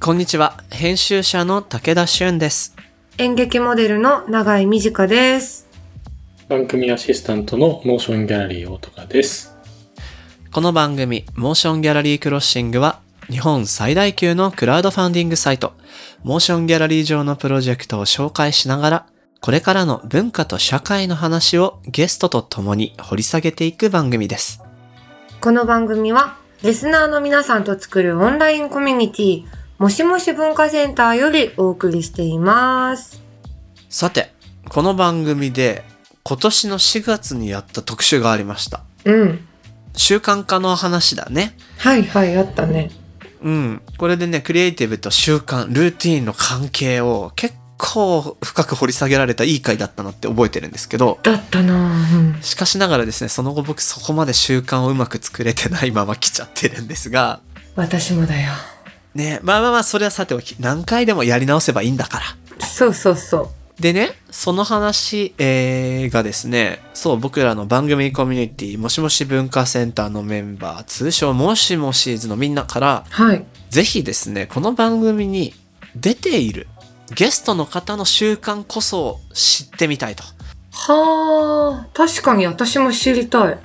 こんにちは。編集者の武田俊です。演劇モデルの永井美智香です。番組アシスタントのモーションギャラリー大高です。この番組、モーションギャラリークロッシングは、日本最大級のクラウドファンディングサイト、モーションギャラリー上のプロジェクトを紹介しながら、これからの文化と社会の話をゲストと共に掘り下げていく番組です。この番組は、リスナーの皆さんと作るオンラインコミュニティ、もしもし文化センターよりお送りしています。さて、この番組で、今年の4月にやった特集がありました。うん。習慣化の話だね。はいはい、あったね。うん。これでね、クリエイティブと習慣、ルーティーンの関係を結構深く掘り下げられたいい回だったなって覚えてるんですけど、だったなぁ。うん。しかしながらですね、その後僕そこまで習慣をうまく作れてないまま来ちゃってるんですが、私もだよ。ね、まあまあまあ、それはさておき、何回でもやり直せばいいんだから。そうそうそでね、その話、えーがですね、そう、僕らの番組コミュニティ、もしもし文化センターのメンバー、通称もしもしーずのみんなから、う。はい。ぜひですね、この番組に出ているゲストの方の習慣こそ知ってみたいと。はぁ、確かに私も知りたい。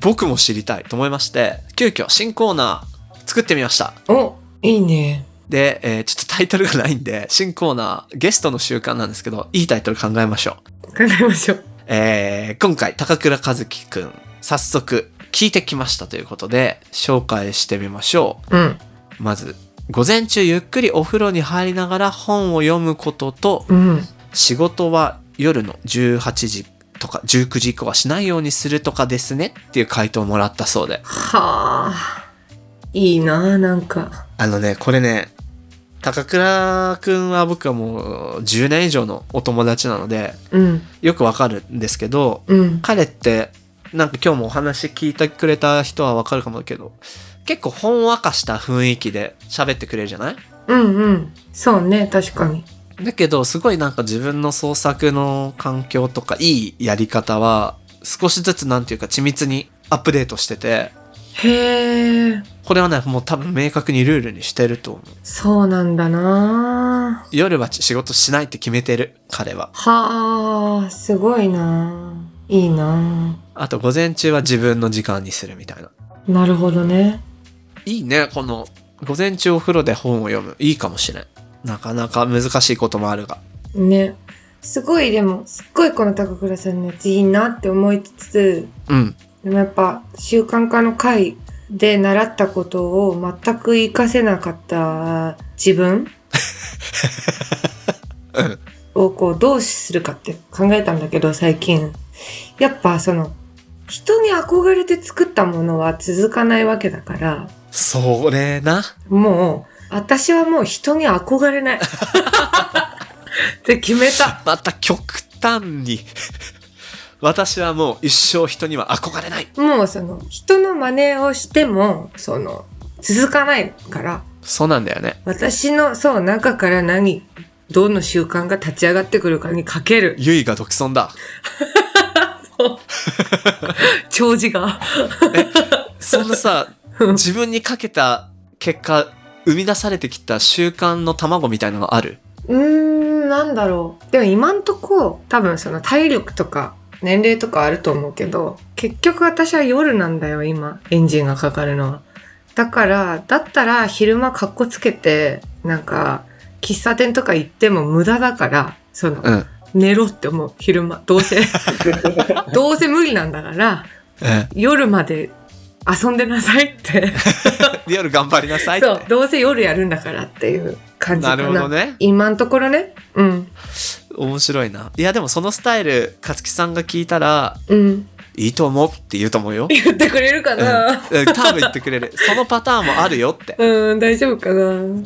僕も知りたいと思いまして、急遽新コーナー作ってみました。お、いいね。で、えーちょっとタイトルがないんで、新コーナー、ゲストの習慣なんですけど、いいタイトル考えましょう。考えましょう。えー今回、高倉和樹くん、早速、聞いてきましたということで、紹介してみましょう。うん。まず、午前中ゆっくりお風呂に入りながら本を読むことと、うん。仕事は夜の18時とか19時以降はしないようにするとかですねっていう回答をもらったそうで。はぁ。いいなぁ、なんか。あのね、これね、高倉くんは僕はもう10年以上のお友達なので、うん。よくわかるんですけど、うん。彼って、なんか今日もお話聞いてくれた人はわかるかもだけど、結構ほんわかした雰囲気で喋ってくれるじゃないうんうん。そうね、確かに。だけど、すごいなんか自分の創作の環境とかいいやり方は、少しずつなんていうか緻密にアップデートしてて、へえ、これはね、もう多分明確にルールにしてると思う。そうなんだなぁ夜は仕事しないって決めてる、彼は。はあ、すごいなぁいいなあと午前中は自分の時間にするみたいな。ぁなるほどね。いいね、この、午前中お風呂で本を読む。いいかもしれん。なかなか難しいこともあるが。ね。すごい、でも、すっごいこの高倉さんのやついいなって思いつつ、うん。でもやっぱ、習慣化の会で習ったことを全く活かせなかった自分うんをこう、どうするかって考えたんだけど、最近。やっぱその、人に憧れて作ったものは続かないわけだから、それな。もう、私はもう人に憧 れない。って決めた。また極端に 私はもう一生人には憧れないもうその、人の真似をしても、その、続かないから、そうなんだよね私のそう中から何どの習慣が立ち上がってくるかにかけるゆいが独尊だ長寿がそんなさ自分にかけた結果生み出されてきた習慣の卵みたいなのあるうーんなんだろうでも今んとこ多分その体力とか年齢とかあると思うけど結局私は夜なんだよ今エンジンがかかるのはだからだったら昼間かっこつけてなんか喫茶店とか行っても無駄だからその、んうん寝ろって思う昼間どうせどうせ無理なんだから夜まで遊んでなさいって夜頑張りなさいってそうどうせ夜やるんだからっていう感じなかなるほどね今のところねうん面白いないやでもそのスタイル勝木さんが聞いたらうんいいと思うって言うと思うよ言ってくれるかなうん多分言ってくれるそのパターンもあるよってうん、大丈夫かなうん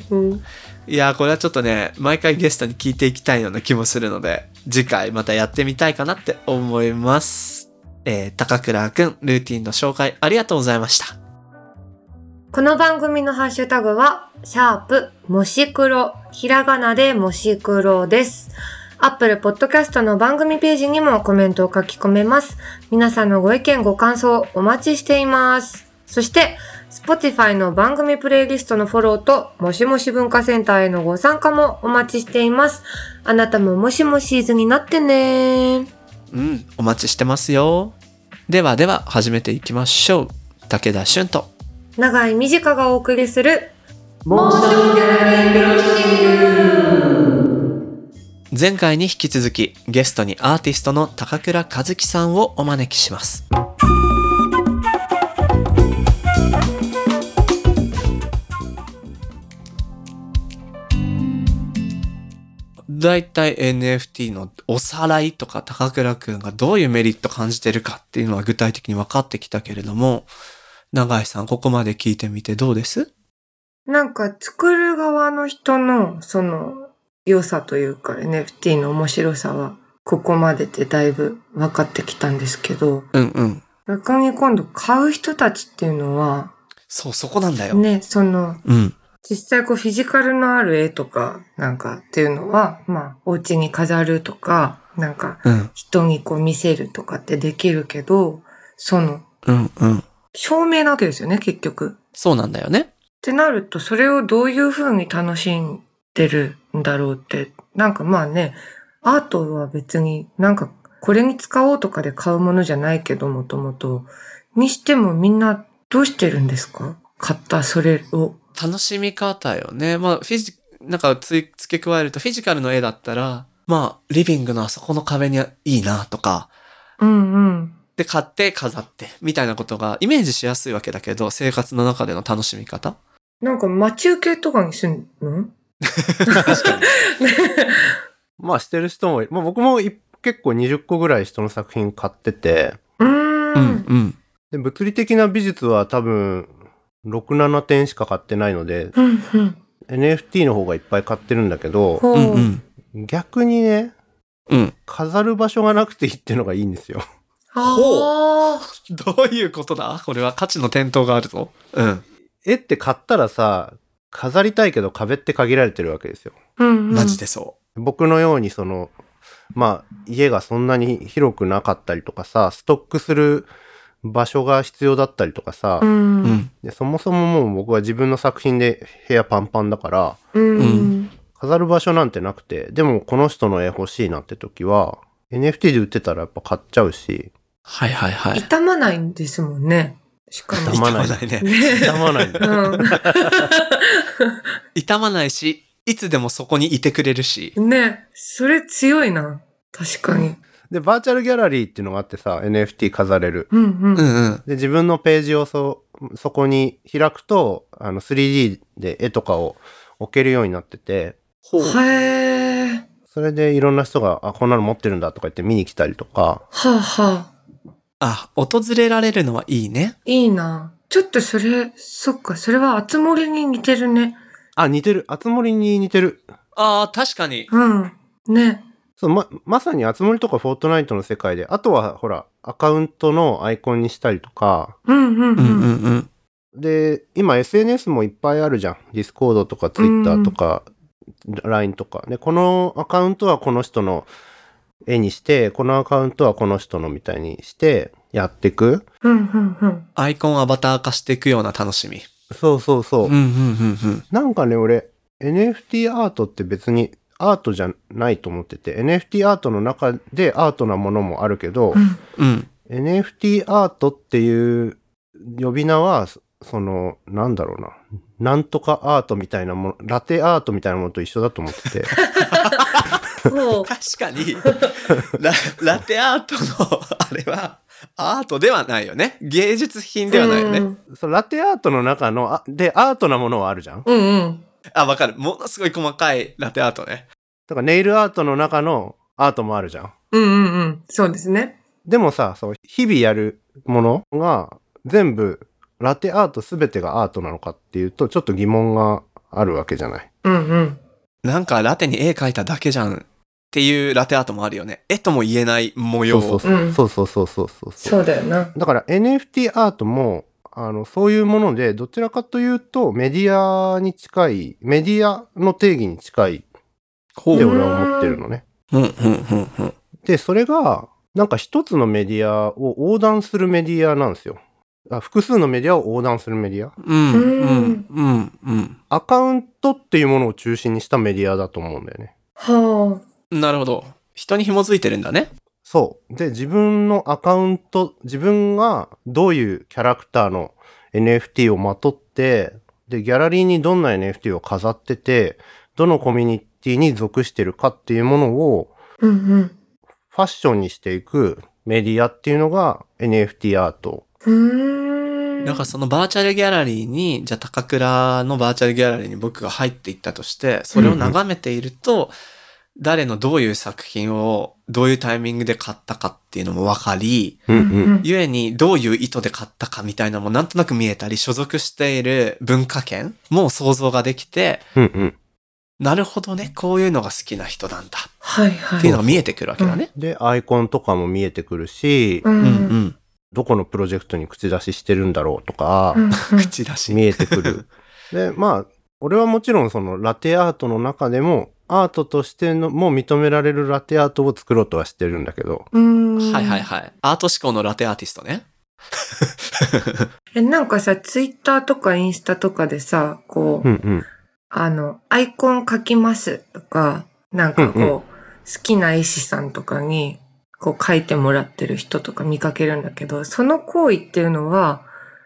いやーこれはちょっとね毎回ゲストに聞いていきたいような気もするので次回またやってみたいかなって思います、えー、高倉くんルーティンの紹介ありがとうございましたこの番組のハッシュタグは、シャープ、もし黒、ひらがなでもし黒です。アップルポッドキャストの番組ページにもコメントを書き込めます。皆さんのご意見、ご感想、お待ちしています。そして、 Spotify の番組プレイリストのフォローと、もしもし文化センターへのご参加もお待ちしています。あなたももしもしーずになってねー。うん、お待ちしてますよ。ではでは始めていきましょう。武田俊と。長井美智香がお送りする、前回に引き続きゲストにアーティストの高倉和樹さんをお招きしますだいたい NFT のおさらいとか高倉くんがどういうメリット感じてるかっていうのは具体的に分かってきたけれども永井さんここまで聞いてみてどうですなんか作る側の人のその良さというか NFT の面白さはここまででだいぶ分かってきたんですけど、うんうん逆に今度買う人たちっていうのは、そうそこなんだよ、ね、そのうん実際こうフィジカルのある絵とかなんかっていうのは、まあお家に飾るとか、なんかうん人にこう見せるとかってできるけど、そのうんうん証明なわけですよね、結局。そうなんだよねってなると、それをどういう風に楽しんでるんだろうって。なんかまあね、アートは別になんかこれに使おうとかで買うものじゃないけどもともと。にしてもみんなどうしてるんですか買ったそれを。楽しみ方よね。まあ、フィジ、なんかつい付け加えると、フィジカルの絵だったら、まあ、リビングのあそこの壁にいいなとか、うんうん。で、買って飾って、みたいなことがイメージしやすいわけだけど、生活の中での楽しみ方なんか待ち受けとかにすんの確かに。まあしてる人も、まあ僕もい結構20個ぐらい人の作品買ってて、うー。うんん、で、物理的な美術は多分、6、7点しか買ってないので、うんうん。 NFT の方がいっぱい買ってるんだけど、うん。ほうん、う。うん。逆にね、うん。飾る場所がなくていいっていうのがいいんですよ。ああ。どういうことだこれは価値の転倒があるぞ。うん。絵って買ったらさ、飾りたいけど壁って限られてるわけですよ。うんうん。マジでそ僕のようにその、まあ家がそんなに広くなかったりとかさ、ストックする場所が必要だったりとかさ、うん。う。うん。で、そもそももう僕は自分の作品で部屋パンパンだから、うん。う飾る場所なんてなくて、でもこの人の絵欲しいなって時は、NFT で売ってたらやっぱ買っちゃうし、はいはいはい。痛まないんですもんね。しかも痛。まない痛まないね。ね痛まないんだ。痛まないし、いつでもそこにいてくれるし。うん。ね、それ強いな。確かに。 で、バーチャルギャラリーっていうのがあってさ、NFT 飾れる。うんううん。んうん。で、自分のページをそ、そこに開くと、あの 3D で絵とかを置けるようになってて、ほへえ。それでいろんな人が、あ、こんなの持ってるんだとか言って見に来たりとか、はあはあ。あ、訪れられるのはいいね。いいな。ちょっとそれ、そっか、それはあつ森に似てるね。あ、似てる。あつ森に似てる。ああ、確かに。うん。ね。そう、ま、まさにあつ森とかフォートナイトの世界で、あとはほら、アカウントのアイコンにしたりとか、うんうんううんうんん。うん。で、今 SNS もいっぱいあるじゃん。ディスコードとかツイッターとか、LINE とか。で、このアカウントはこの人の絵にして、このアカウントはこの人のみたいにして、やっていく。うんうんうん。アイコンアバター化していくような楽しみ。そうそうそう。うんうんうんうん。なんかね、俺、NFT アートって別にアートじゃないと思ってて、NFT アートの中でアートなものもあるけど、うんうん。 NFT アートっていう呼び名は、そその、なんだろうな。なんとかアートみたいなもの、ラテアートみたいなものと一緒だと思ってて。そう。確かに、 ララテアートの、あれは、アートではないよね。芸術品ではないようね。んそのラテアートの中の、あで、アートなものはあるじゃんうんうん。あ、わかる。ものすごい細かいラテアートね。だからネイルアートの中のアートもあるじゃん。うんうんうん。そうですね。でもさ、そう、日々やるものが、全部、ラテアート全てがアートなのかっていうと、ちょっと疑問があるわけじゃない。うんうん。なんかラテに絵描いただけじゃんっていうラテアートもあるよね。絵とも言えない模様。そううそうそう。んそうそうそうそうそうそう。そうだよな。だから NFT アートも、あの、そういうもので、どちらかというと、メディアに近い、メディアの定義に近いってほ俺う。は思ってるのね。うんうんうんうん。で、それが、なんか一つのメディアを横断するメディアなんですよ。あ複数のメディアを横断するメディア。うん、ううんん、うん、うん。アカウントっていうものを中心にしたメディアだと思うんだよね。はなるほど。人に紐づいてるんだね。そう。で、自分のアカウント、自分がどういうキャラクターの NFT をまとって、で、ギャラリーにどんな NFT を飾ってて、どのコミュニティに属してるかっていうものをあ。うんファッションにしていくメディアっていうのが NFT アート。うん。うーん。だからそのバーチャルギャラリーに、じゃあ高倉のバーチャルギャラリーに僕が入っていったとして、それを眺めていると、誰のどういう作品をどういうタイミングで買ったかっていうのも分かり、ううんうんん。ゆえにどういう意図で買ったかみたいなのもなんとなく見えたり、所属している文化圏も想像ができて、うん。うんうん。なるほどね、こういうのが好きな人なんだはいはい。っていうのが見えてくるわけだね。で、アイコンとかも見えてくるし、うんううんうんん。どこのプロジェクトに口出ししてるんだろうとかう、んうん。口出し。見えてく る。で、まあ、俺はもちろんそのラテアートの中でも、アートとしてのも認められるラテアートを作ろうとはしてるんだけど、うん。はいはいはい。アート思考のラテアーティストね。え、なんかさ、ツイッターとかインスタとかでさ、こう、うんうん。あの、アイコン書きますとか、なんかこう、うんう好きな絵師さんとかに、こう書いてもらってる人とか見かけるんだけど、その行為っていうのは、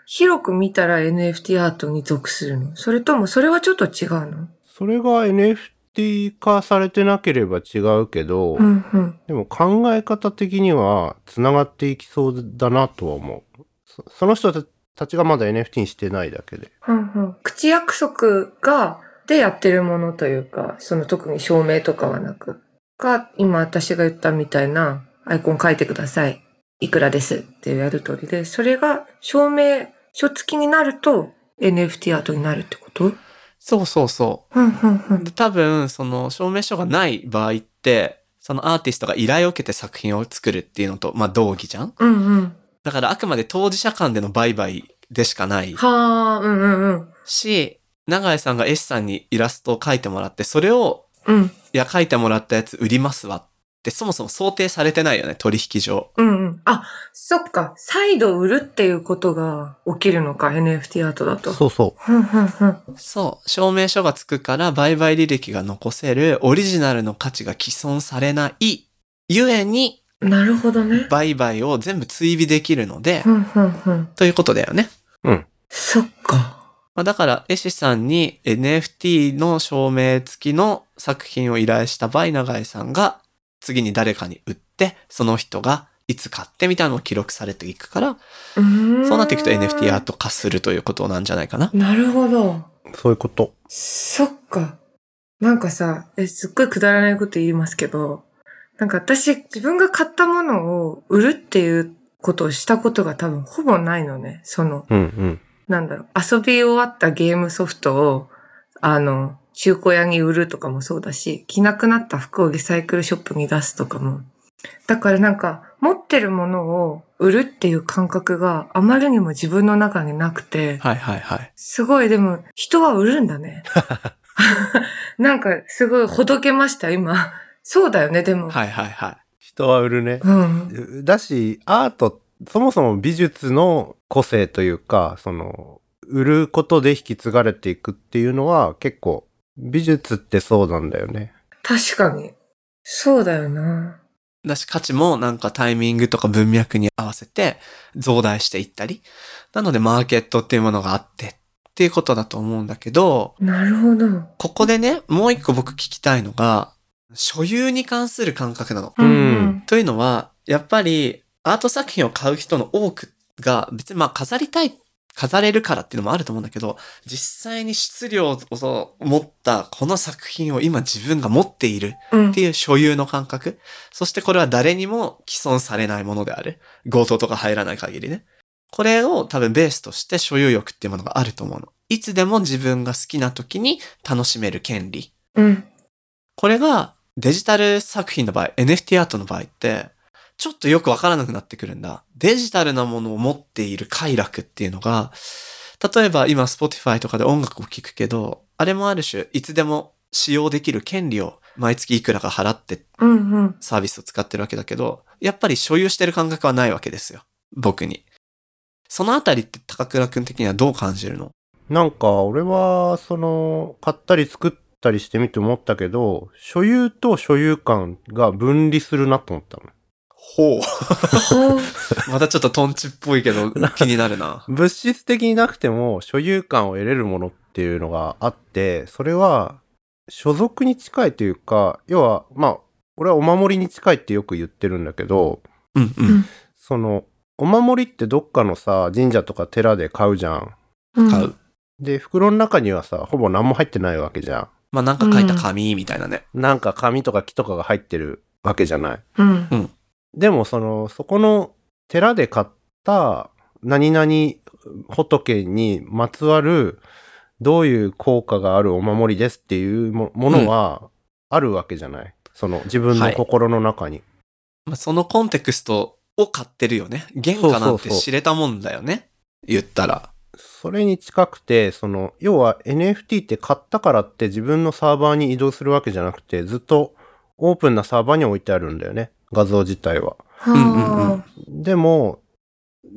広く見たら NFT アートに属するのそれともそれはちょっと違うのそれが NFT 化されてなければ違うけど、うんうん。でも考え方的には繋がっていきそうだなとは思う。そその人たちがまだ NFT にしてないだけで。うんうん。口約束が、でやってるものというか、その特に証明とかはなく、が、今私が言ったみたいな、アイコン書いてください。いくらですっていうやりとりで、それが証明書付きになると NFT アートになるってことうんそうそうそうんうう。ん。で多分、その証明書がない場合って、そのアーティストが依頼を受けて作品を作るっていうのと、まあ同義じゃんうんうん。だからあくまで当事者間での売買でしかないはあ、うんうんうん。し、永井さんが絵師さんにイラストを描いてもらって、それを、うんいや、描いてもらったやつ売りますわって、そもそも想定されてないよね、取引上。うんうん。あ、そっか。再度売るっていうことが起きるのか、NFT アートだと。そうそう。うんうんうん。そう、証明書がつくから売買履歴が残せる、オリジナルの価値が既存されない、ゆえに、なるほどね。売買を全部追尾できるのでう、んうんうん。ということだよね。そっか。まあ、だから、絵師さんに NFT の証明付きの作品を依頼した場合、永井さんが次に誰かに売って、その人がいつ買ってみたいなのを記録されていくから、うーんそうなっていくと NFT アート化するということなんじゃないかな。なるほど。そういうこと。そっか。なんかさ、え、すっごいくだらないこと言いますけど、なんか私、自分が買ったものを売るっていうことをしたことが多分ほぼないのね。その、うんうん。なんだろう、遊び終わったゲームソフトを、あの、中古屋に売るとかもそうだし、着なくなった服をリサイクルショップに出すとかも。だからなんか、持ってるものを売るっていう感覚があまりにも自分の中になくて、はいはいはい。すごい、でも、人は売るんだね。 なんか、すごい、ほどけました、今。そうだよね、でも。はいはいはい。人は売るね。うん。だし、アート、そもそも美術の個性というか、その、売ることで引き継がれていくっていうのは結構、美術ってそうなんだよね。確かに。そうだよな。だし価値もなんかタイミングとか文脈に合わせて増大していったり。なのでマーケットっていうものがあってっていうことだと思うんだけど、なるほど。ここでね、もう一個僕聞きたいのが、所有に関する感覚なの。うんというのは、やっぱりアート作品を買う人の多くが、別にまあ飾りたい、飾れるからっていうのもあると思うんだけど、実際に質量を持ったこの作品を今自分が持っているうん。うんっていう所有の感覚。そしてこれは誰にも既存されないものである。強盗とか入らない限りね。これを多分ベースとして所有欲っていうものがあると思うの。いつでも自分が好きな時に楽しめる権利。うん。これがデジタル作品の場合、NFT アートの場合って、ちょっとよくわからなくなってくるんだ。デジタルなものを持っている快楽っていうのが、例えば今 Spotify とかで音楽を聴くけど、あれもある種、いつでも使用できる権利を毎月いくらか払ってうん。うん。サービスを使ってるわけだけど、やっぱり所有してる感覚はないわけですよ。僕に。そのあたりって高倉くん的にはどう感じるのなんか、俺は、その、買ったり作ったりしてみて思ったけど、所有と所有感が分離するなと思ったの。ほう。うん またちょっとトンチっぽいけど気になるな。物質的になくても所有感を得れるものっていうのがあって、それは所属に近いというか、要は、まあ、俺はお守りに近いってよく言ってるんだけど、 うんううんん。その、お守りってどっかのさ、神社とか寺で買うじゃん。うん買う。で、袋の中にはさ、ほぼ何も入ってないわけじゃまあなんか書いた紙みたいなね。ん。なんか紙とか木とかが入ってるわけじゃない。うんでもその、そこの寺で買った何々仏にまつわるどういう効果があるお守りですっていうもものはあるわけじゃない。その自分はのい心の中に。まあ、そのコンテクストを買ってるよね。原価なんて知れたもんだよね。言ったら。それに近くて、その、要は NFT って買ったからって自分のサーバーに移動するわけじゃなくて、ずっとオープンなサーバーに置いてあるんだよね。画像自体は。んうんうでも、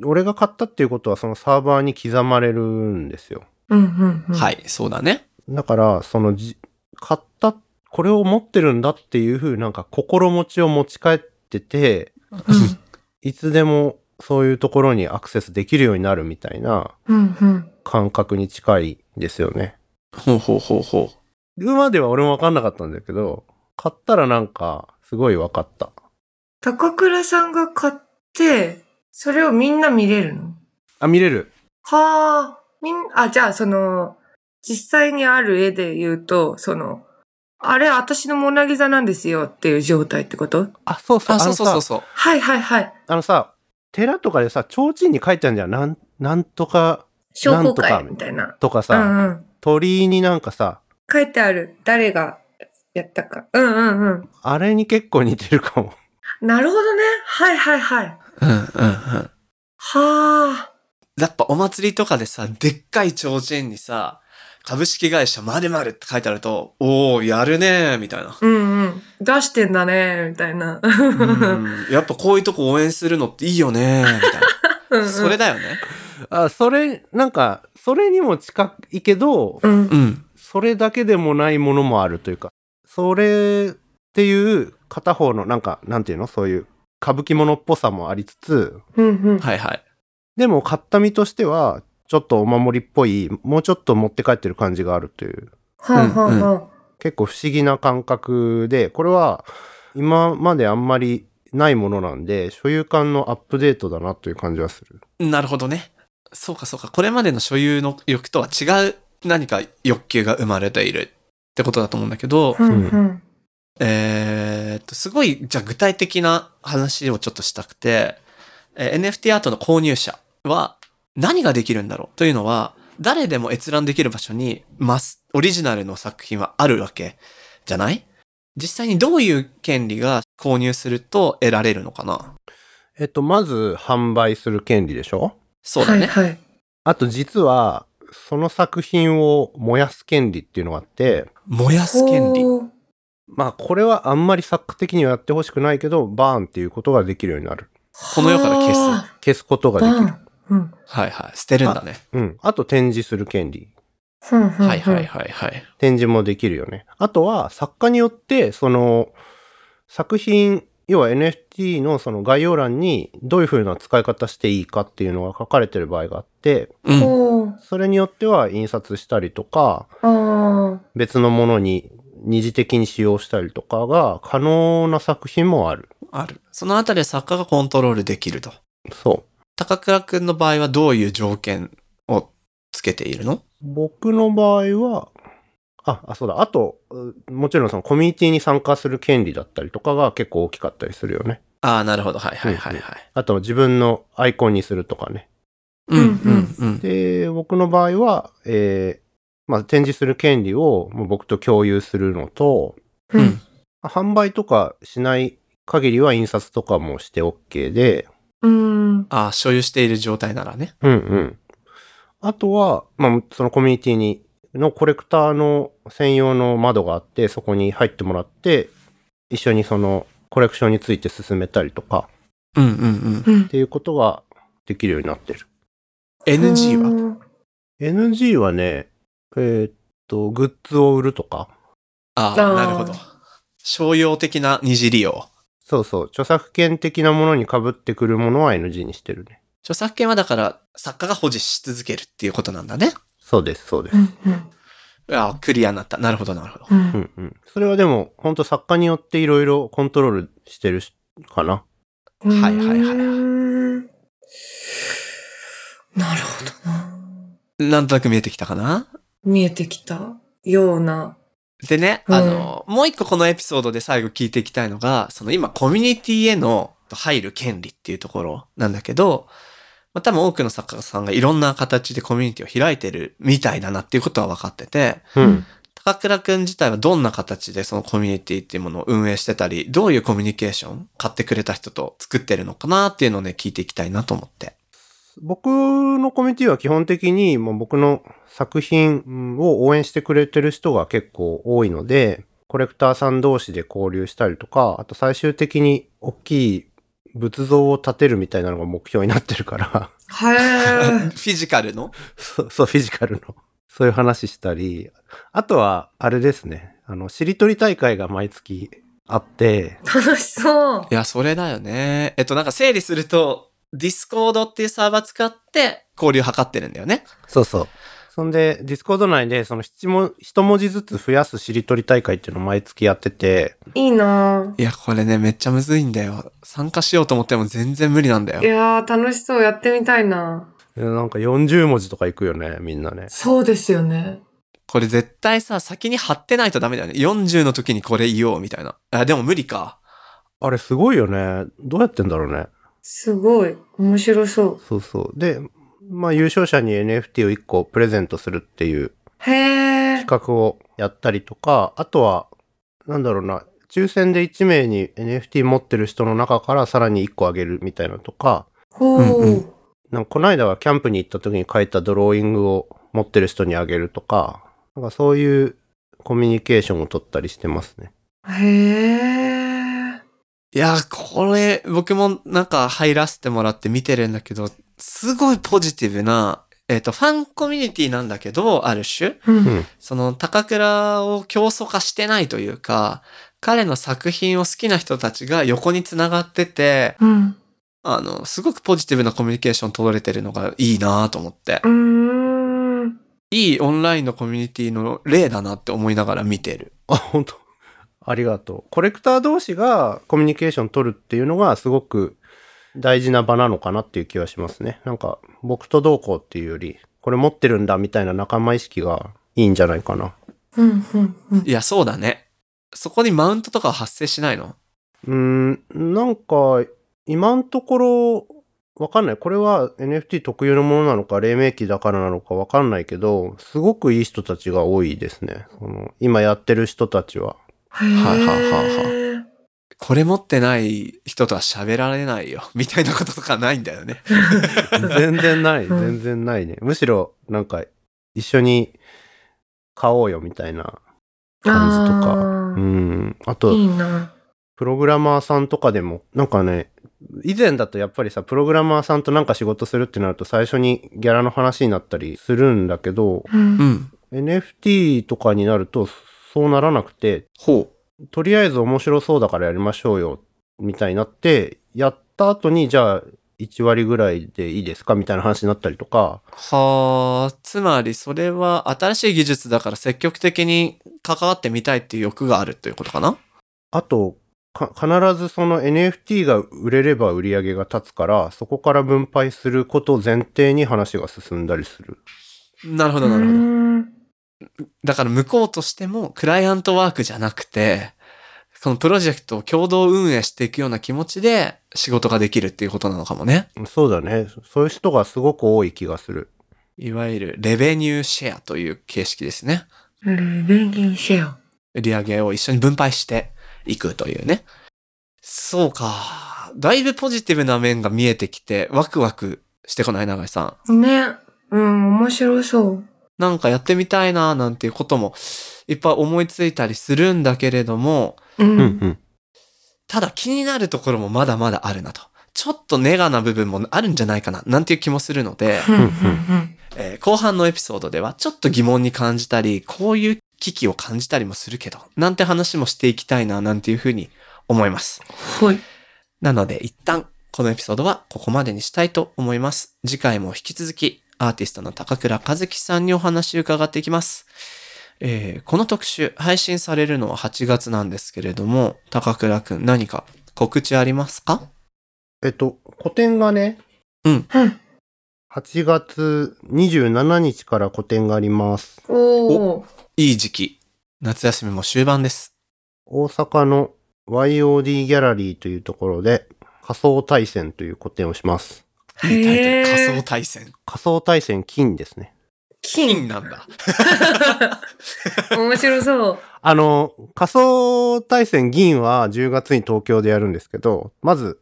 俺が買ったっていうことはそのサーバーに刻まれるんですよ。うんうん。はいい、そうだね。だから、そのじ、買った、これを持ってるんだっていう風なんか心持ちを持ち帰ってて、うんいつでもそういうところにアクセスできるようになるみたいなうんうん感覚に近いですよね。ほうほうほうほう。馬では俺もわかんなかったんだけど、買ったらなんか、すごいわかった。高倉さんが買って、それをみんな見れるのあ、見れる。はあ、みん、あ、じゃあその、実際にある絵で言うと、その、あれ、私のモナリザなんですよっていう状態ってことあ、そうそう、あ、そうそうそうさそう。はいはいはい。あのさ、寺とかでさ、提灯に書いてあるじゃん。なん、なんとか、商工な会んとかみたいな。とかうさ、んうん。鳥居になんかさ、書いてある。誰がやったか。うんうんうん。あれに結構似てるかも。なるほどね。はいはいはい。はうんうんうん。あ。やっぱお祭りとかでさ、でっかい提灯にさ、株式会社〇〇って書いてあると、おー、やるねー、みたいな。 うんうん。出してんだね、みたいな。うんやっぱこういうとこ応援するのっていいよねー、みたいうんうな。ん それ。だよね。あ、それ、なんか、それにも近いけど、うん。うん。それだけでもないものもあるというか、それっていう片方の、なんか、なんていうのそういう歌舞伎物っぽさもありつつ、うんうん。はいはい。でも買った身としては、ちょっとお守りっぽい、もうちょっと持って帰ってる感じがあるという、はあはあは結構不思議な感覚で、これは今まであんまりないものなんで、所有感のアップデートだなという感じはする。なるほどね。そうかそうか。これまでの所有の欲とは違う何か欲求が生まれているってことだと思うんだけどあ。、うんうん。えーっと、すごい、じゃあ具体的な話をちょっとしたくて、えー NFT アートの購入者は何ができるんだろうというのは、誰でも閲覧できる場所にマス、オリジナルの作品はあるわけじゃない実際にどういう権利が購入すると得られるのかなえっと、まず販売する権利でしょそうだね。はいはい。あと実は、その作品を燃やす権利っていうのがあって、燃やす権利。ほうまあこれはあんまり作家的にはやってほしくないけど、バーンっていうことができるようになる。この世から消すはあ消すことがでバきる。ン。うん。はいはい。捨てるんだね。うん。あと展示する権利。ふんふんふんはいはい。はいはい。展示もできるよね。あとは作家によって、その作品、要は NFT のその概要欄にどういう風な使い方していいかっていうのが書かれてる場合があって、うん。ほう。それによっては印刷したりとか、あ別のものに二次的に使用したりとかが可能な作品もある。ある。そのあたりは作家がコントロールできると。そう。高倉くんの場合はどういう条件をつけているの僕の場合は、あ、あ、そうだ。あと、うもちろんそのコミュニティに参加する権利だったりとかが結構大きかったりするよね。ああ、なるほど。はいはいはいはい。あと自分のアイコンにするとかね。うんんうんうん。で、僕の場合は、えーまあ、展示する権利をもう僕と共有するのと、あ。ううんん。販売とかしない限りは印刷とかもして OK で、うん。ああ、所有している状態ならね。うんうん。あとは、まあ、そのコミュニティに、のコレクターの専用の窓があって、そこに入ってもらって、一緒にそのコレクションについて進めたりとか、うんうんうん。うんっていうことができるようになってる。 NG はは NG はね、えーっと、グッズを売るとか、あああ、ーなるほど。商用的な二次利用。そうそう、著作権的なものに被ってくるものは NG にしてるね。著作権はだから作家が保持し続けるっていうことなんだね。そうです、そうです。うんうんああ、クリアになった。なるほど、なるほど。うんうんうん。それはでも、ほんと作家によっていろいろコントロールしてるしかな。はいはいはいはいうーんなるほどな。なんとなく見えてきたかな見えてきたような。でね、うんあの、もう一個このエピソードで最後聞いていきたいのが、その今コミュニティへの入る権利っていうところなんだけど、まあ、多分多くの作家さんがいろんな形でコミュニティを開いてるみたいだなっていうことは分かってて、ううんん。高倉くん自体はどんな形でそのコミュニティっていうものを運営してたり、どういうコミュニケーション買ってくれた人と作ってるのかなっていうのをね、聞いていきたいなと思って。僕のコミュニティは基本的に、もう僕の作品うんを応援してくれてる人が結構多いので、コレクターさん同士で交流したりとか、あと最終的に大きい仏像を建てるみたいなのが目標になってるから、 はフ え。ィジカルのそう、そうフィジカルの。そういう話したり、あとは、あれですね、あの、しりとり大会が毎月あって、楽しそう。いや、それだよね。えっと、なんか整理すると、ディスコードっていうサーバー使って交流を図ってるんだよね。そうそう。そんで、ディスコード内で、その七文、一文字ずつ増やすしりとり大会っていうのを毎月やってて、いいないや、これね、めっちゃむずいんだよ。参加しようと思っても全然無理なんだいよ。やー、楽しそう。やってみたいなえなんか40文字とかいくよね、みんなね。そうですよね。これ絶対さ、先に貼ってないとダメだよね。40の時にこれ言おう、みたいな。あ、でも無理か。あれすごいよね。どうやってんだろうね。すごい。面白そう。そうそう。で、まあ優勝者に NFT を1個プレゼントするっていうへー。企画をやったりとか、あとは、なんだろうな、抽選で1名に NFT 持ってる人の中からさらに1個あげるみたいなのとか、ほう。うんうなんかこの間はキャンプに行った時に書いたドローイングを持ってる人にあげるとか、なんかそういうコミュニケーションを取ったりしてます ね。へー。いや、これ、僕もなんか入らせてもらって見てるんだけど、すごいポジティブな、えっと、ファンコミュニティなんだけど、ある種。うん。ん。その高倉を競争化してないというか、彼の作品を好きな人たちが横に繋がってて、うん。あの、すごくポジティブなコミュニケーション取れてるのがいいなと思ってう、ーん。いいオンラインのコミュニティの例だなって思いながら見てる。あ、本当。ありがとう。コレクター同士がコミュニケーション取るっていうのがすごく大事な場なのかなっていう気はしますね。なんか、僕とどうこうっていうより、これ持ってるんだみたいな仲間意識がいいんじゃないかな。うん。うん。うんいや、そうだね。そこにマウントとかは発生しないのうーん、なんか、今のところ、わかんない。これは NFT 特有のものなのか、黎明期だからなのかわかんないけど、すごくいい人たちが多いですね。その今やってる人たちは。はいはいはいこれ持ってない人とは喋られないよ。 みたいなこととかないんだよね。 全然ない、うん全然ないね。むしろ、なんか、一緒に買おうよみたいな。感じとかうん。ああーと、いいなプログラマーさんとかでも、なんかね、以前だとやっぱりさ、プログラマーさんとなんか仕事するってなると最初にギャラの話になったりするんだけど、うんうん。 NFT とかになるとそうならなくて、ほとりあえず面白そうだからやりましょうよ、みたいになって、やった後に、じゃあ、1割ぐらいでいいですかみたいな話になったりとか、う。はあ、つまりそれは新しい技術だから積極的に関わってみたいっていう欲があるということかなあと、か必ずその NFT が売れれば売り上げが立つから、そこから分配することを前提に話が進んだりする。なるほうど、なるほど。んだから向こうとしても、クライアントワークじゃなくて、そのプロジェクトを共同運営していくような気持ちで仕事ができるっていうことなのかもね。そうだね。そういう人がすごく多い気がする。いわゆるレベニューシェアという形式ですね。レベンギンシェア売り上げを一緒に分配していくというね。そうか。だいぶポジティブな面が見えてきて、ワクワクしてこない永井さん。ねうん面白そうなんかやってみたいななんていうこともいっぱい思いついたりするんだけれども、うん、うんうん。ただ気になるところもまだまだあるなと。ちょっとネガな部分もあるんじゃないかな、なんていう気もするので、うんうんえー後半のエピソードではちょっと疑問に感じたり、こういう危機を感じたりもするけど、なんて話もしていきたいな、なんていうふうに思います。うん。はい。なので一旦このエピソードはここまでにしたいと思います。次回も引き続きアーティストの高倉和樹さんにお話伺っていきます。えーこの特集配信されるのは8月なんですけれども、高倉くん何か告知ありますかえっと、個展がね、うん8月27日から個展があります。おお。いい時期。夏休みも終盤です。大阪の YOD ギャラリーというところで、仮想対戦という個展をします。いいタイトルへー仮想対戦。仮想対戦金ですね。金なんだ。面白そう。あの、仮想対戦銀は10月に東京でやるんですけど、まず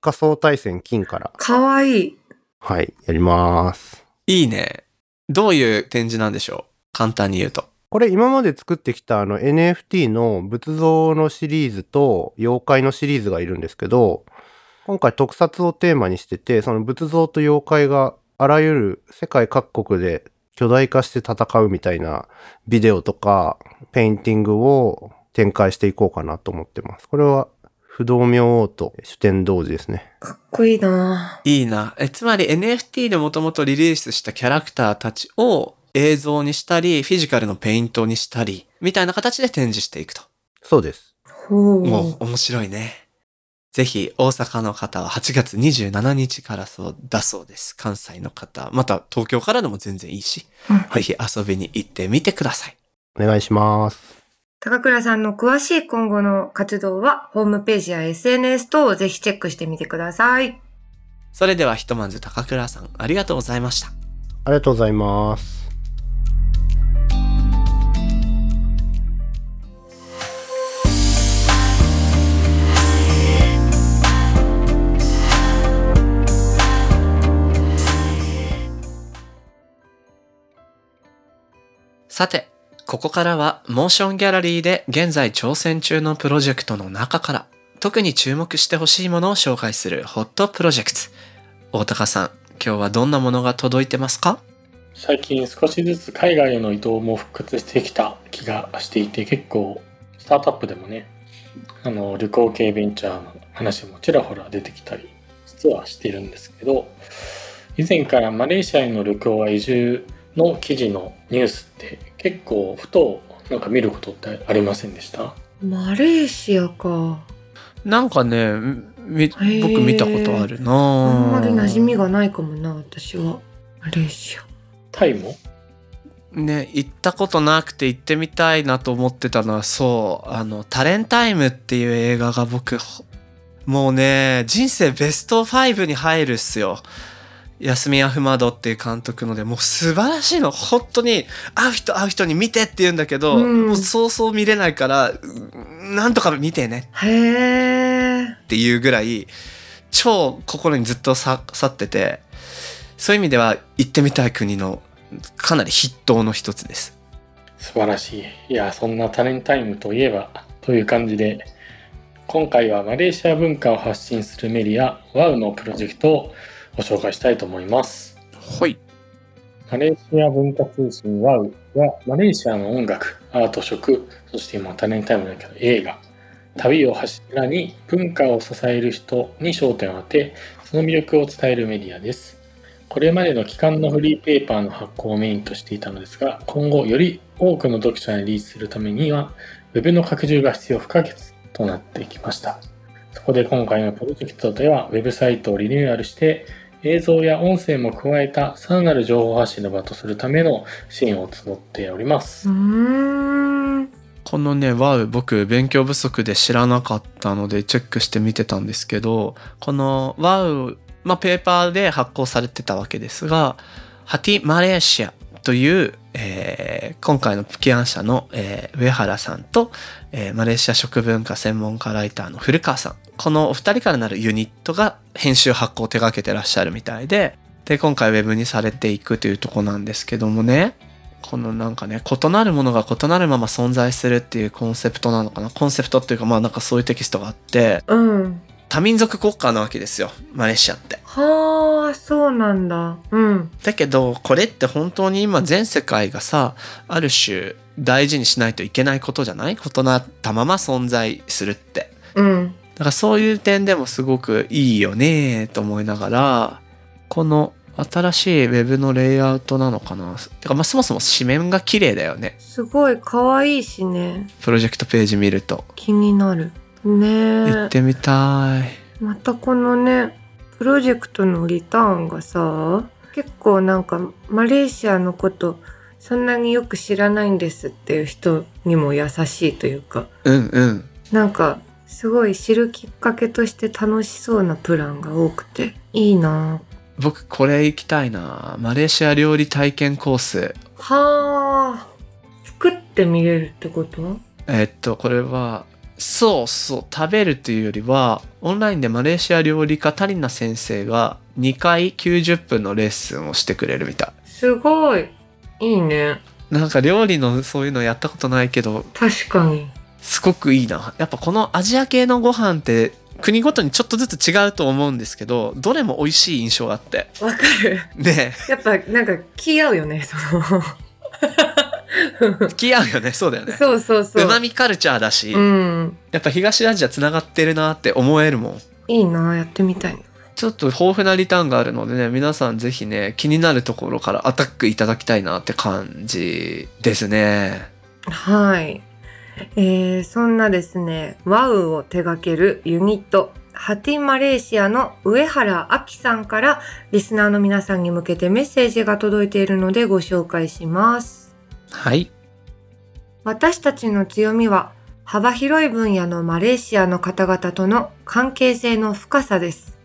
仮想対戦金から、かわいい。はい、やります。いいね。どういう展示なんでしょう簡単に言うと。これ今まで作ってきたあの NFT の仏像のシリーズと妖怪のシリーズがいるんですけど、今回特撮をテーマにしてて、その仏像と妖怪があらゆる世界各国で巨大化して戦うみたいなビデオとかペインティングを展開していこうかなと思ってます。これは不動明王と主典同時ですね。かっこいいないいな。え、つまり NFT でもともとリリースしたキャラクターたちを映像にしたり、フィジカルのペイントにしたり、みたいな形で展示していくと。そうです。ほもう。う面白いね。ぜひ大阪の方は8月27日からそうだそうです。関西の方、また東京からでも全然いいし、うんぜひ遊びに行ってみてください。お願いします。高倉さんの詳しい今後の活動は、ホームページや SNS 等をぜひチェックしてみてください。それではひとまず高倉さんありがとうございました。ありがとうございます。さて、ここからはモーションギャラリーで現在挑戦中のプロジェクトの中から特に注目してほしいものを紹介するホットプロジェクト。大高さん、今日はどんなものが届いてますか最近少しずつ海外への移動も復活してきた気がしていて結構スタートアップでもねあの旅行系ベンチャーの話もちらほら出てきたり実はしているんですけど以前からマレーシアへの旅行は移住の記事のニュースって結構ふとなんか見ることってありませんでしたマレーシアか。なんかね、みー僕見たことあるなああんまり馴染みがないかもな、私は。マレーシア。タイもね、行ったことなくて行ってみたいなと思ってたのはそう、あの、タレンタイムっていう映画が僕、ほもうね、人生ベスト5に入るっすよ。安宮フマドっていう監督ので、もう素晴らしいの。本当に、会う人会う人に見てって言うんだけど、うんもうそうそう見れないから、うんなんとか見てねへー。っていうぐらい超心にずっとさ刺っててそういう意味では行ってみたい国のかなり筆頭の一つです素晴らしいいやそんなタレンタイムといえばという感じで今回はマレーシア文化を発信するメディア WOW のプロジェクトをご紹介したいと思いますはいマレーシア文化通信 WOW はマレーシアの音楽アート食そして今タレンタイムだけど映画旅を柱に文化を支える人に焦点を当てその魅力を伝えるメディアですこれまでの期間のフリーペーパーの発行をメインとしていたのですが今後より多くの読者にリリースするためには Web の拡充が必要不可欠となってきましたそこで今回のプロジェクトではウェブサイトをリニューアルして映像や音声も加えたさらなる情報発信の場とするための支援を募っておりますう。ーん。このね「ワウ僕勉強不足で知らなかったのでチェックしてみてたんですけどこの「ワウまあペーパーで発行されてたわけですがハティ・マレーシアという、えー今回のプキアン社の、えー上原さんと、えーマレーシア食文化専門家ライターの古川さんこのお二人からなるユニットが編集発行を手掛けてらっしゃるみたいでで今回ウェブにされていくというとこなんですけどもねこのなんかね異なるものが異なるまま存在するっていうコンセプトなのかなコンセプトっていうかまあなんかそういうテキストがあってうん。多民族国家なわけですよ、マレーシアって。はあ、そうなんだ。うん。だけど、これって本当に今全世界がさ、ある種大事にしないといけないことじゃない異なったまま存在するって。うん。だからそういう点でもすごくいいよねと思いながら、この新しいウェブのレイアウトなのかな。てかまあそもそも紙面が綺麗だよね。すごい可愛いしね。プロジェクトページ見ると。気になる。行ねっえ。てみたい。またこのね、プロジェクトのリターンがさ、結構なんかマレーシアのことそんなによく知らないんですっていう人にも優しいというか、うんうん。なんかすごい知るきっかけとして楽しそうなプランが多くて、いいな僕これ行きたいな。マレーシア料理体験コース。ぁはあ。作ってみれるってことえっと、これは、そうそう、食べるというよりは、オンラインでマレーシア料理家タリナ先生が2回90分のレッスンをしてくれるみたい。すごい。いいね。なんか料理のそういうのやったことないけど、確かに。すごくいいな。やっぱこのアジア系のご飯って国ごとにちょっとずつ違うと思うんですけど、どれも美味しい印象があって。わかる。ねやっぱなんか気合うよね、その。え、気合うよね。そうだよね。 そう そうそう。うまみカルチャーだし、うん。やっぱ東アジアつながってるなって思えるもん。いいなやってみたいな。ちょっと豊富なリターンがあるのでね、皆さんぜひね、気になるところからアタックいただきたいなって感じですね。はい。えー、そんなですね、ワウを手掛けるユニット、ハティマレーシアの上原亜希さんからリスナーの皆さんに向けてメッセージが届いているのでご紹介します。はい。私たちの強みは幅広い分野のマレーシアの方々との関係性の深さです。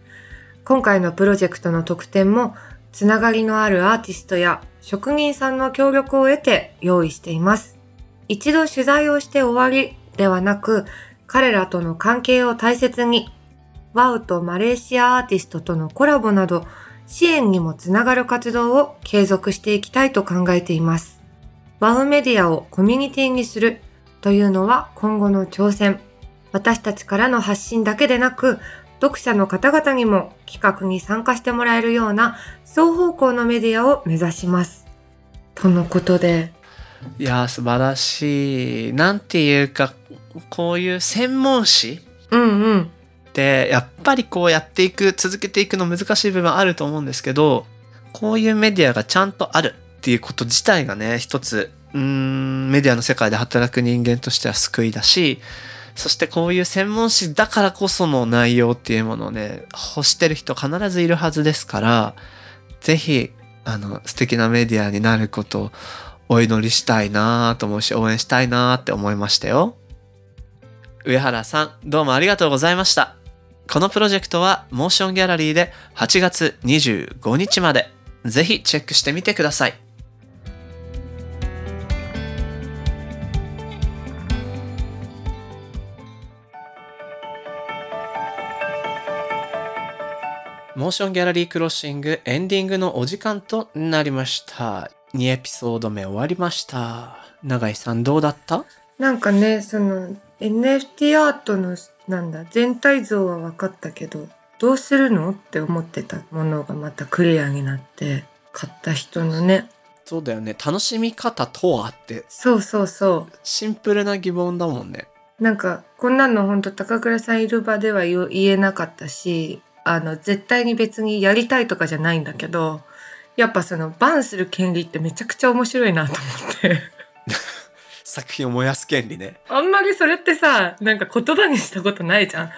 今回のプロジェクトの特典もつながりのあるアーティストや職人さんの協力を得て用意しています。一度取材をして終わりではなく彼らとの関係を大切にワウとマレーシアアーティストとのコラボなど支援にもつながる活動を継続していきたいと考えています。ワウメディアをコミュニティにするというのは今後の挑戦。私たちからの発信だけでなく、読者の方々にも企画に参加してもらえるような双方向のメディアを目指します。とのことで、いやー、素晴らしい。なんていうか、こういう専門誌うんうん、って、やっぱりこうやっていく、続けていくの難しい部分あると思うんですけど、こういうメディアがちゃんとあるっていうこと自体がね、一つ、うーん、メディアの世界で働く人間としては救いだし、そしてこういう専門誌だからこその内容っていうものをね、欲してる人必ずいるはずですから、ぜひ、あの、素敵なメディアになることをお祈りしたいなぁと思うし、応援したいなぁって思いましたよ。上原さん、どうもありがとうございました。このプロジェクトはモーションギャラリーで8月25日までぜひチェックしてみてください。モーションギャラリークロッシングエンディングのお時間となりました。2エピソード目終わりました。永井さんどうだったなんかねその NFT アートのなんだ全体像は分かったけどどうするのって思ってたものがまたクリアになって買った人のねそうだよね。楽しみ方とはってそうそうそシンプルな疑問だもんね。うなんかこんなの本当高倉さんいる場では言言えなかったしあの絶対に別にやりたいとかじゃないんだけどやっぱそのバンする権利ってめちゃくちゃ面白いなと思って。 作品を燃やす権利ね。あんまりそれってさ、なんか言葉にしたことないじゃん。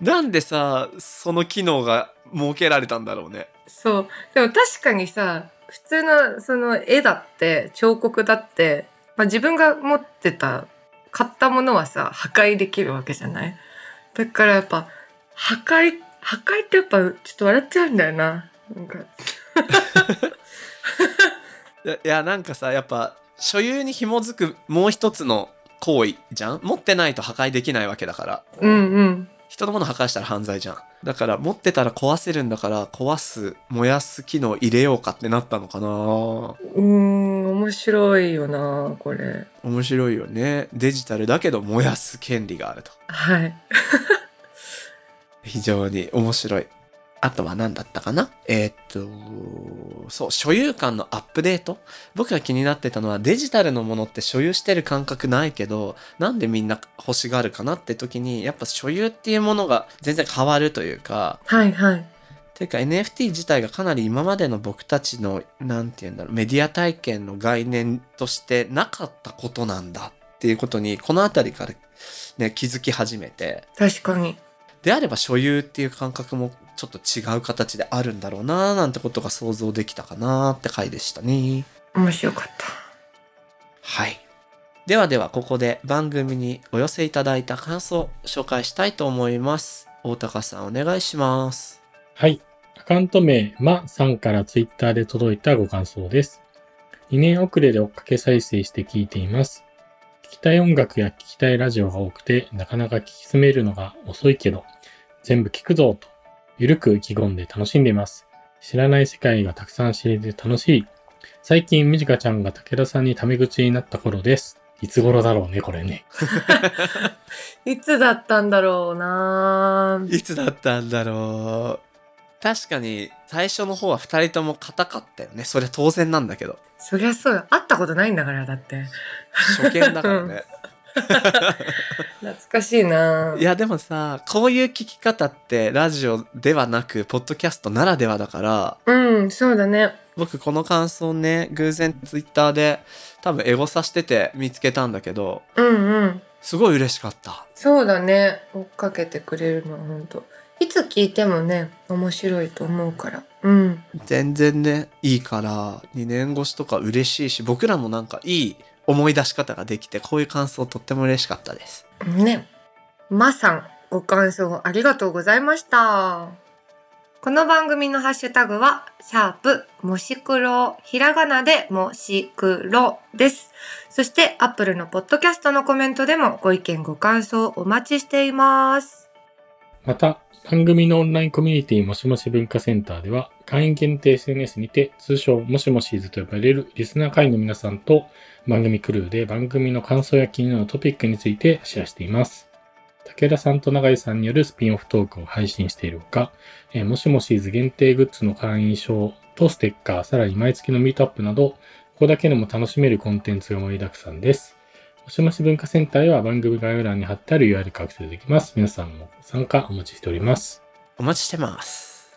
なんでさその機能が設けられたんだろうねそう。でも確かにさ、普通のその絵だって彫刻だって、まあ、自分が持ってた、買ったものはさ、破壊できるわけじゃないだからやっぱ、破壊、破壊ってやっぱちょっと笑っちゃうんだよな。なんか、いやいやなんかさやっぱ所有に紐づくもう一つの行為じゃん持ってないと破壊できないわけだからうんうん。人のもの破壊したら犯罪じゃんだから持ってたら壊せるんだから壊す燃やす機能入れようかってなったのかなうーん、面白いよな、これ。面白いよねデジタルだけど燃やす権利があるとはい。非常に面白い。あとは何だったかなえーっと、そう、所有感のアップデート僕が気になってたのはデジタルのものって所有してる感覚ないけど、なんでみんな欲しがるかなって時に、やっぱ所有っていうものが全然変わるというか、はいはい。というか NFT 自体がかなり今までの僕たちの、なんて言うんだろう、メディア体験の概念としてなかったことなんだっていうことに、このあたりからね、気づき始めて、確かに。であれば所有っていう感覚もちょっと違う形であるんだろうななんてことが想像できたかなって回でしたね。面白かった。はい。ではではここで番組にお寄せいただいた感想を紹介したいと思います。大高さんお願いします。はい。アカウント名、まさんからツイッターで届いたご感想です。2年遅れで追っかけ再生して聞いています。聞きたい音楽や聞きたいラジオが多くて、なかなか聞き詰めるのが遅いけど、全部聞くぞと、ゆるく意気込んで楽しんでいます。知らない世界がたくさん知れて楽しい。最近、みじかちゃんが武田さんにタメ口になった頃です。いつ頃だろうね、これね。いつだったんだろうないつだったんだろう。確かに最初の方は二人とも硬かったよね。それ当然なんだけど。そりゃそうよ。会ったことないんだから、だって。初見だから ね。懐かしいないやでもさ、こういう聞き方ってラジオではなく、ポッドキャストならではだから、うん、そうだね。僕この感想ね、偶然ツイッターで多分エゴさしてて見つけたんだけど、うんうん。すごい嬉しかった。そうだね。追っかけてくれるのは本当。いつ聞いてもね、面白いと思うから。うん。全然ね、いいから、2年越しとか嬉しいし、僕らもなんかいい思い出し方ができて、こういう感想とっても嬉しかったです。ね。まさん、ご感想ありがとうございました。この番組のハッシュタグは、シャープ、もしくろ、ひらがなでもしくろです。そして、アップルのポッドキャストのコメントでもご意見ご感想お待ちしています。また、番組のオンラインコミュニティもしもし文化センターでは、会員限定 SNS にて、通称もしもしーずと呼ばれるリスナー会員の皆さんと、番組クルーで番組の感想や気になるトピックについてシェアしています。武田さんと永井さんによるスピンオフトークを配信しているほか、えーもしもしーず限定グッズの会員証とステッカー、さらに毎月のミートアップなど、ここだけでも楽しめるコンテンツが盛りだくさんです。もしもし文化センターへは番組概要欄に貼ってある URL からアクセスできます。皆さんも参加お待ちしております。お待ちしてます。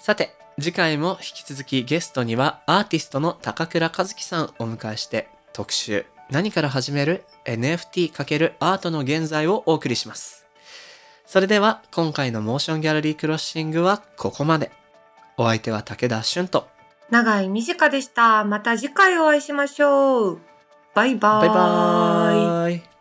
さて、次回も引き続きゲストにはアーティストの高倉和樹さんをお迎えして特集何から始める ?NFT× アートの現在をお送りします。それでは今回のモーションギャラリークロッシングはここまで。お相手は武田俊と長井美智香でした。また次回お会いしましょう。バイババーイバーイ